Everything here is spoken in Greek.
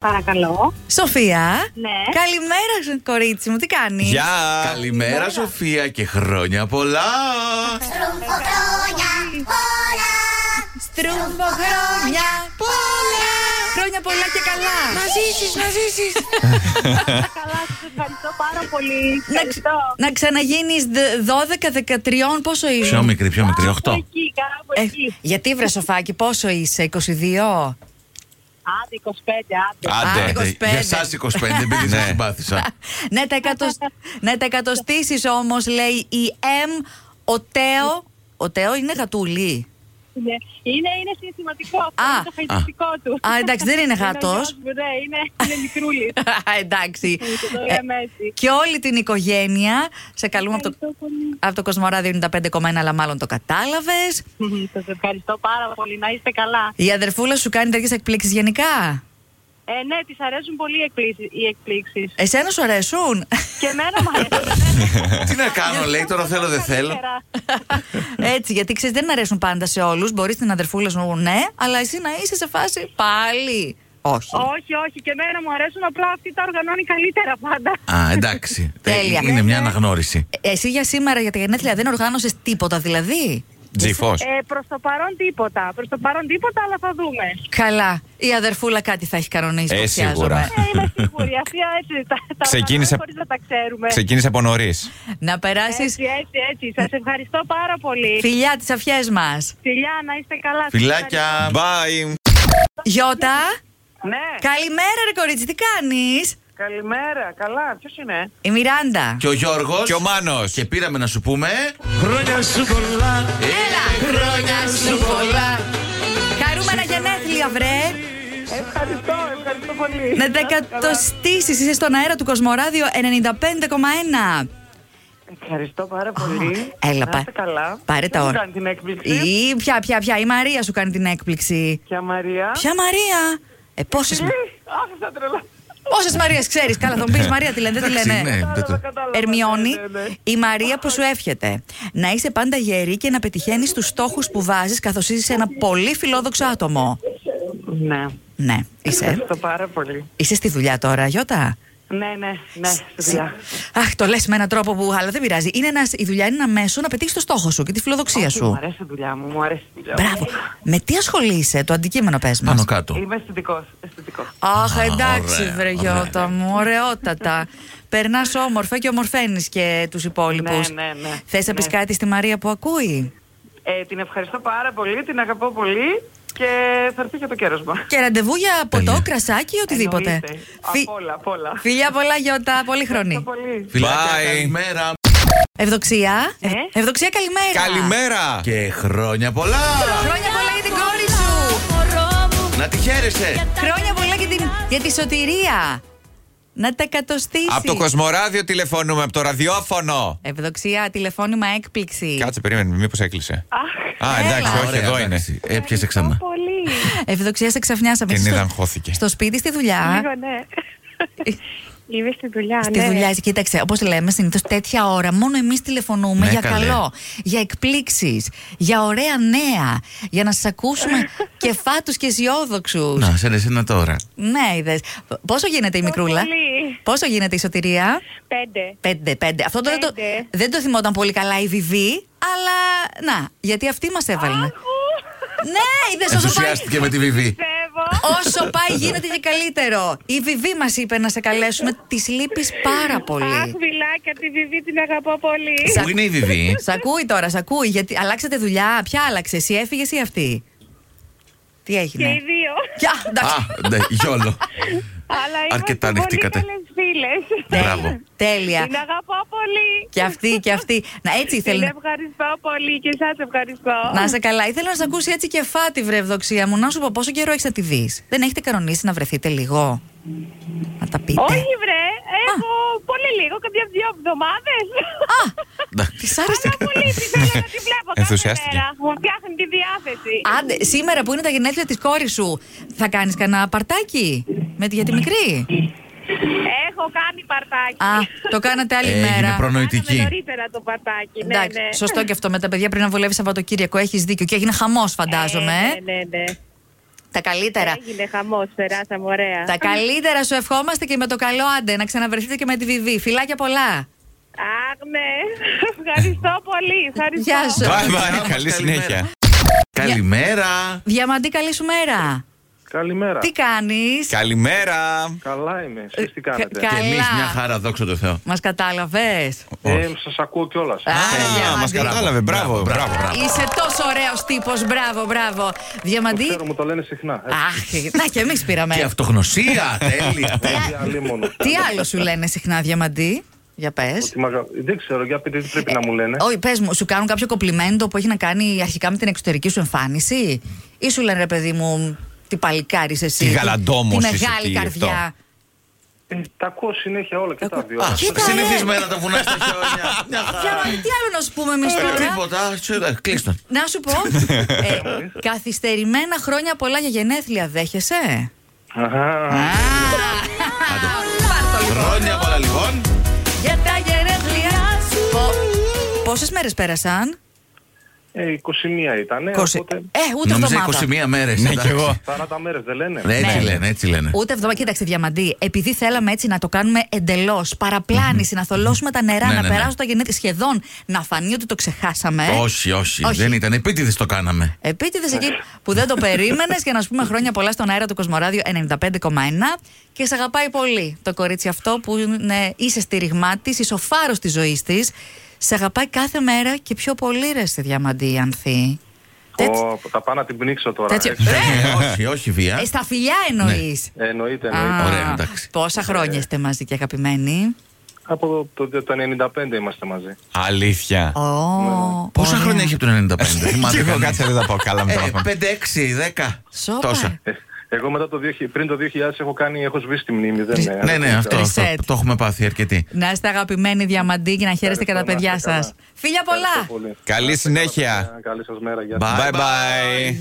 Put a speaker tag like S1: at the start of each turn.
S1: Παρακαλώ.
S2: Σοφία.
S1: Ναι.
S2: Καλημέρα, σου, κορίτσι μου, τι κάνεις.
S3: Γεια! Καλημέρα, Σοφία, και χρόνια πολλά!
S4: Τρούμπο χρόνια πολλά
S2: Στρούμπο χρόνια πολλά. Χρόνια πολλά και καλά.
S4: ζήσεις, να ζήσεις
S1: Καλά, σα ευχαριστώ πάρα πολύ.
S2: Να, ξ-
S1: Ευχαριστώ.
S2: να ξαναγίνεις 12-13, πόσο
S3: Πιο
S2: ήσουν.
S3: μικρή, πιο μικρή, 8.
S1: Κάπου εκεί, κάπου
S2: Ε,
S1: εκεί.
S2: γιατί βρε σοφάκι, πόσο είσαι, 22.
S1: Άντε, 25, άντε.
S2: Α,
S3: Άντε,
S2: 25.
S3: για εσάς 25, επειδή δεν συμπάθησα.
S2: ναι, τα, εκατοσ... ναι, τα εκατοστήσεις όμως λέει η M, ο Τέο, ο Τέο είναι γατούλη.
S1: Είναι, είναι, είναι συναισθηματικό αυτό.
S2: Α.
S1: είναι το χαϊδευτικό του.
S2: Α, εντάξει, δεν είναι
S1: ο
S2: γάτος.
S1: γιος μου, ναι, είναι, είναι μικρούλη.
S2: Εντάξει.
S1: Και το
S2: Ε,
S1: λέμε έτσι.
S2: και όλη την οικογένεια σε καλούμε από το,
S1: Ευχαριστώ πολύ.
S2: από το Κοσμοράδιο 95,1, αλλά μάλλον το κατάλαβες.
S1: Μμμ, Σας ευχαριστώ πάρα πολύ. Να είστε καλά.
S2: Η αδερφούλα σου κάνει τέτοιες εκπλήξεις γενικά.
S1: Ε, ναι, τη αρέσουν πολύ οι εκπλήξεις- οι εκπλήξεις.
S2: Εσένα σου αρέσουν.
S1: Και εμένα μου αρέσουν.
S3: Τι να κάνω, λέει, τώρα θέλω, δεν θέλω.
S1: Καλύτερα.
S2: Έτσι, γιατί ξέρεις, δεν αρέσουν πάντα σε όλους. Μπορείς την αδερφούλα σου ναι, αλλά εσύ να είσαι σε φάση πάλι. Όχι.
S1: Όχι, όχι, και εμένα μου αρέσουν. Απλά αυτή τα οργανώνει καλύτερα πάντα.
S3: Α, εντάξει. Ε,
S2: Τέλεια.
S3: Είναι μια αναγνώριση.
S2: Ε, Εσύ για σήμερα για τα γενέθλια δεν οργάνωσες τίποτα, δηλαδή.
S3: Τζιφός.
S1: Ε, προς το παρόν τίποτα. Προς το παρόν τίποτα, αλλά θα δούμε.
S2: Καλά. Η αδερφούλα κάτι θα έχει κανονίσει.
S5: Ε,
S2: το
S5: σίγουρα.
S2: φιάζομαι.
S1: Ε, είμαι σίγουρη. Αυτή έτσι τα, τα
S5: Ξεκίνησε-
S1: οργανώνει χωρίς να τα ξέρουμε.
S5: Ξεκίνησε από νωρίς.
S2: Να
S1: Έτσι,
S2: περάσεις.
S1: έτσι, έτσι. Σας ευχαριστώ πάρα πολύ.
S2: Φιλιά τις αφιέ μας.
S1: Φιλιά, να είστε καλά. Σας ευχαριστώ.
S3: Φιλάκια.
S5: Bye.
S2: Γιώτα,
S6: Ναι,
S2: καλημέρα, ρε κορίτσι, τι κάνεις.
S6: καλημέρα. Καλά, ποιος είναι.
S2: Η Μιράντα.
S3: Και ο Γιώργος.
S5: Και ο Μάνος.
S3: Και πήραμε να σου πούμε. Ε,
S2: Έλα, χρόνια σου πολλά. Χαρούμενα γενέθλια, βρε.
S6: Ευχαριστώ, ευχαριστώ πολύ.
S2: Να τα εκατοστήσει, είσαι στον αέρα του Κοσμοράδιο 95,1.
S6: Ευχαριστώ πάρα πολύ.
S2: Έλα,
S6: Να
S2: πά-
S6: είστε καλά.
S2: πάρε
S6: Δεν
S2: τα
S6: μου
S2: όλα.
S6: κάνει την έκπληξη.
S2: Ή πια, πια, πια. Η Μαρία σου κάνει την έκπληξη.
S6: Και Μαρία.
S2: Ποια Μαρία? Ε, πόσες.
S6: Τι, άφησα τρελά.
S2: Πόσε Μαρίε ξέρεις, καλά, θα μου πεις Μαρία τι λένε, δεν τη
S3: Ε, Εντάξει,
S2: λένε.
S3: ναι, δεν το-
S6: Κατάλαβα,
S2: Ερμιώνη,
S6: ναι, ναι, ναι.
S2: η Μαρία που σου εύχεται να είσαι πάντα γερή και να πετυχαίνεις τους στόχους που βάζεις, καθώς είσαι ένα πολύ φιλόδοξο άτομο.
S6: Ναι,
S2: Ναι, είσαι.
S6: ευχαριστώ πάρα πολύ.
S2: Είσαι στη δουλειά τώρα, Γιώτα.
S6: Ναι, ναι, ναι, στη δουλειά.
S2: Αχ, το λες με έναν τρόπο που. Αλλά δεν πειράζει. Είναι ένας, η δουλειά είναι ένα μέσο να πετύχεις το στόχο σου και τη φιλοδοξία
S6: Όχι, Μου
S2: σου.
S6: αρέσει η δουλειά μου, μου αρέσει η δουλειά μου.
S2: Μπράβο. Με τι ασχολείσαι, το αντικείμενο πες μας.
S3: Πάνω κάτω.
S6: Είμαι αισθητικός, αισθητικός.
S2: Αχ,
S3: Α,
S2: εντάξει,
S3: ωραία,
S2: βρε Γιώτα μου, ωραιότατα. Περνάς όμορφα και ομορφαίνεις και τους υπόλοιπους.
S6: Ναι, ναι, ναι.
S2: Θες να πεις
S6: Ναι.
S2: κάτι στη Μαρία που ακούει.
S6: Ε, την ευχαριστώ πάρα πολύ, την αγαπώ πολύ και θα έρθει και το κέρος μου.
S2: Και ραντεβού για ποτό, κρασάκι, οτιδήποτε.
S6: Εννοείται.
S2: Φι-
S6: Απ' όλα, απ' όλα.
S2: Φιλιά πολλά, Γιώτα, πολύ χρονή.
S6: Ευχαριστώ πολύ.
S3: Φιλάκια,
S5: Bye.
S3: καλημέρα.
S2: Ευδοξία.
S6: Ναι.
S2: Ευ- Ευδοξία, καλημέρα.
S5: Καλημέρα.
S3: Και χρόνια πολλά.
S2: Χρόνια πολλά για την κόρη σου.
S3: Να τη χαίρεσαι.
S2: Χρόνια πολλά για, την, για τη σωτηρία. Να τα εκατοστήσει.
S5: Από το Κοσμοράδιο τηλεφωνούμε, από το ραδιόφωνο.
S2: Ευδοξία, τηλεφώνημα έκπληξη.
S5: Κάτσε, περίμενε, μήπως έκλεισε. Α, εντάξει,
S2: Έλα.
S5: όχι, εδώ
S3: Ωραία,
S5: είναι.
S3: εντάξει. Έπιασε Ε, ξανά.
S1: Πολύ.
S2: Ευδοξία, σε ξαφνιάσαμε.
S5: Την
S2: Είσαι στο-
S5: είδαν, χώθηκε.
S2: Στο σπίτι, στη δουλειά. Ε,
S1: Λίγο, ναι. Είμαι στη δουλειά,
S2: Στη
S1: ναι.
S2: δουλειά, είσαι. κοίταξε, όπως λέμε συνήθως τέτοια ώρα, μόνο εμείς τηλεφωνούμε
S3: Ναι,
S2: για
S3: καλέ.
S2: καλό, για εκπλήξεις, για ωραία νέα, για να σας ακούσουμε και φάτου και αισιόδοξους.
S3: Να, σε εσένα τώρα.
S2: Ναι, είδες. Πόσο γίνεται η μικρούλα,
S1: πολύ.
S2: Πόσο γίνεται η σωτηρία,
S1: Πέντε.
S2: Πέντε, πέντε. Αυτό το δεν, το
S1: Πέντε.
S2: δεν το θυμόταν πολύ καλά η Βιβί, αλλά να, γιατί αυτή μας έβαλε. ναι, είδες όσο πάει.
S3: Ενθουσιάστηκε με τη Βιβί.
S1: Πιστεύω.
S2: Όσο πάει γίνεται και καλύτερο. Η Βιβί μας είπε να σε καλέσουμε. Της λείπεις πάρα
S1: Αχ, ναι.
S2: πολύ.
S1: βιλάκια, τη Βιβί την αγαπώ πολύ.
S2: Σα-
S3: Πού είναι η Βιβί.
S2: Σ' ακούει τώρα, σ' ακούει. Γιατί αλλάξατε δουλειά. Ποια άλλαξε, εσύ έφυγε ή αυτή. Τι
S1: Και οι
S2: έγινε.
S1: δύο.
S2: Γεια, εντάξει.
S3: Α, ναι, γιόλο.
S1: Αλλά είμαστε
S3: Αρκετά
S1: πολύ
S3: ανοιχτήκατε.
S1: καλές φίλες.
S2: Τέλεια.
S3: Μπράβο.
S2: Τέλεια.
S1: Την αγαπώ πολύ.
S2: Και αυτή και αυτή. Να έτσι
S1: Την
S2: ήθελε.
S1: ευχαριστώ πολύ και σας ευχαριστώ.
S2: Να σε καλά. Ήθελα να σε ακούσει έτσι και φάτη, βρε ευδοξία μου. Να σου πω πόσο καιρό έχεις να τη δεις. Δεν έχετε κανονίσει να βρεθείτε λίγο. Να τα πείτε.
S1: Όχι βρε, έχω πολύ λίγο, κάποια δύο εβδομάδες.
S2: Α!
S3: Εντάξει.
S2: Της άρεσε.
S1: Αλλά πολύ την θέλω να τη βλέπω κάθε
S5: Ενθουσιάστηκε.
S1: μέρα. Μου φτιάχνει τη διάθεση.
S2: Άντε, σήμερα που είναι τα γενέθλια της κόρης σου, θα κάνεις κανένα παρτάκι με τη, για τη μικρή.
S1: Έχω κάνει παρτάκι.
S2: Α, το κάνατε άλλη
S3: Έγινε
S2: μέρα.
S3: προνοητική.
S1: Κάναμε νωρίτερα το παρτάκι. Ναι,
S2: Εντάξει,
S1: ναι.
S2: σωστό και αυτό με τα παιδιά πριν να βολεύεις Σαββατοκύριακο. Έχεις δίκιο και έγινε χαμός,
S1: Ε,
S2: φαντάζομαι. ε.
S1: Ναι, ναι, ναι.
S2: Τα καλύτερα.
S1: Έγινε χαμός, περάσαμε ωραία.
S2: Τα καλύτερα σου ευχόμαστε και με το καλό άντε να ξαναβρεθείτε και με τη Βιβί. Φιλάκια πολλά.
S1: Αχ, ναι. Ευχαριστώ πολύ. Ευχαριστώ.
S2: Γεια σου.
S5: Bye bye,
S3: Γεια μας,
S5: καλή
S3: καλημέρα.
S5: συνέχεια.
S3: Καλημέρα.
S2: Διαμαντή, καλή σου μέρα.
S7: Καλημέρα.
S2: Τι κάνεις Ε,
S5: Καλημέρα.
S7: Καλά είμαι. Εσείς τι κάνετε.
S2: Κα-
S3: Και
S2: καλά.
S3: εμείς μια χαρά, δόξα τω Θεώ.
S2: Μας κατάλαβες
S7: Ε, σας ακούω κιόλας.
S2: Α,
S5: Α, μα
S2: Διαμαντή.
S5: κατάλαβε. Μπράβο, μπράβο.
S2: Είσαι τόσο ωραίος τύπος Μπράβο, μπράβο.
S7: Το
S2: Διαμαντή.
S7: ξέρω, μου το λένε συχνά. Ε,
S2: Αχ, να και εμείς πήραμε.
S3: Και αυτογνωσία, τέλεια.
S7: τι Ε, αλίμονο.
S2: Τι άλλο σου λένε συχνά, Διαμαντή. Για πες
S7: Ότι μ' αγα- Δεν ξέρω, για πείτε τι πρέπει να μου λένε.
S2: Όχι, πες μου, σου κάνουν κάποιο κοπλιμέντο που έχει να κάνει αρχικά με την εξωτερική σου εμφάνιση, ή σου λένε ρε παιδί μου, τι παλικάρι εσύ.
S5: Τι γαλαντόμος
S2: Τη
S5: είσαι,
S2: μεγάλη
S5: τι
S2: καρδιά.
S7: Ε, τα ακούω συνέχεια όλα και τα δύο.
S3: Α,
S2: Κοίτα,
S3: Συνηθισμένα τα βουνάς στα χιόνια. Μια χαρά.
S2: Για- Τι άλλο να σου πούμε εμείς
S3: Ε,
S2: τώρα.
S3: Τίποτα. Ξέρω, Κλείστον.
S2: Να σου πω, ε, καθυστερημένα χρόνια πολλά για γενέθλια δέχεσαι.
S7: Αχα.
S2: Α, πάρ' το λοιπόν.
S3: Χρόνια πολλά λοιπόν.
S2: Για τα γενέθλια σου. Πόσες μέρες πέρασαν,
S7: Ε, 21 ήταν. Οπότε
S2: Ε, ούτε
S3: Νόμιζα
S2: εβδομάδα.
S3: 21 μέρες.
S5: Ναι, κι εγώ.
S7: 40 μέρες δεν λένε.
S3: Έτσι
S2: Ναι.
S3: λένε, έτσι λένε.
S2: Ούτε εβδομάδα. Κοίταξε, Διαμαντή, επειδή θέλαμε έτσι να το κάνουμε εντελώς παραπλάνηση, να θολώσουμε τα νερά,
S3: Ναι,
S2: να
S3: ναι, ναι.
S2: περάσουν τα γενέθλια, σχεδόν να φανεί ότι το ξεχάσαμε.
S3: Όχι, όχι, δεν ήταν. Επίτηδες το κάναμε.
S7: Ναι.
S2: Επίτηδες εκεί που δεν το περίμενες και να σου πούμε χρόνια πολλά στον αέρα του Κοσμοράδιο 95,1 και σε αγαπάει πολύ το κορίτσι αυτό που είναι, είσαι στηριγμά της, είσαι ο φάρος της ζωής της. Σε αγαπάει κάθε μέρα και πιο πολύ ρε στη Διαμαντή η Ανθή. Τέτοι-
S7: Ω, θα πάω να την πνίξω τώρα.
S2: τέτοιο-
S7: Ε,
S2: Ρε!
S3: Ε, όχι, όχι βία.
S2: Ε, στα φιλιά εννοείς.
S7: Εννοείται, Ναι. εννοείται.
S2: Α,
S3: Ωραία, εντάξει.
S2: Πόσα χρόνια είστε μαζί και αγαπημένοι.
S7: Από το, το, το 95 είμαστε μαζί.
S5: Αλήθεια.
S7: Ναι,
S2: Ω,
S3: Πόσα
S2: ωραία.
S3: χρόνια έχει από το 95,
S5: Κι
S3: θυμάται
S5: εγώ
S3: κανείς.
S5: κάτσε δεν τα πάω καλά με
S3: Ε,
S5: το μάθημα.
S3: 5, 6, 10.
S2: Σόπα.
S3: Τόσα.
S7: Ε, Εγώ μετά το 2000, πριν το 2000 έχω κάνει, έχω σβήσει τη μνήμη. Δεν,
S2: Τρι-
S7: ε,
S3: Ναι, ναι, αυτό, αυτό.
S2: Reset.
S3: Το έχουμε πάθει αρκετοί.
S2: Να είστε αγαπημένοι διαμαντή και να χαίρεστε και τα
S7: Ευχαριστώ,
S2: παιδιά
S7: να είστε
S2: σα.
S7: καλά.
S2: Φίλια πολλά!
S7: Ευχαριστώ πολύ.
S5: Καλή συνέχεια.
S7: Καλή σας μέρα. Γεια σας.
S3: Bye,
S5: Bye bye.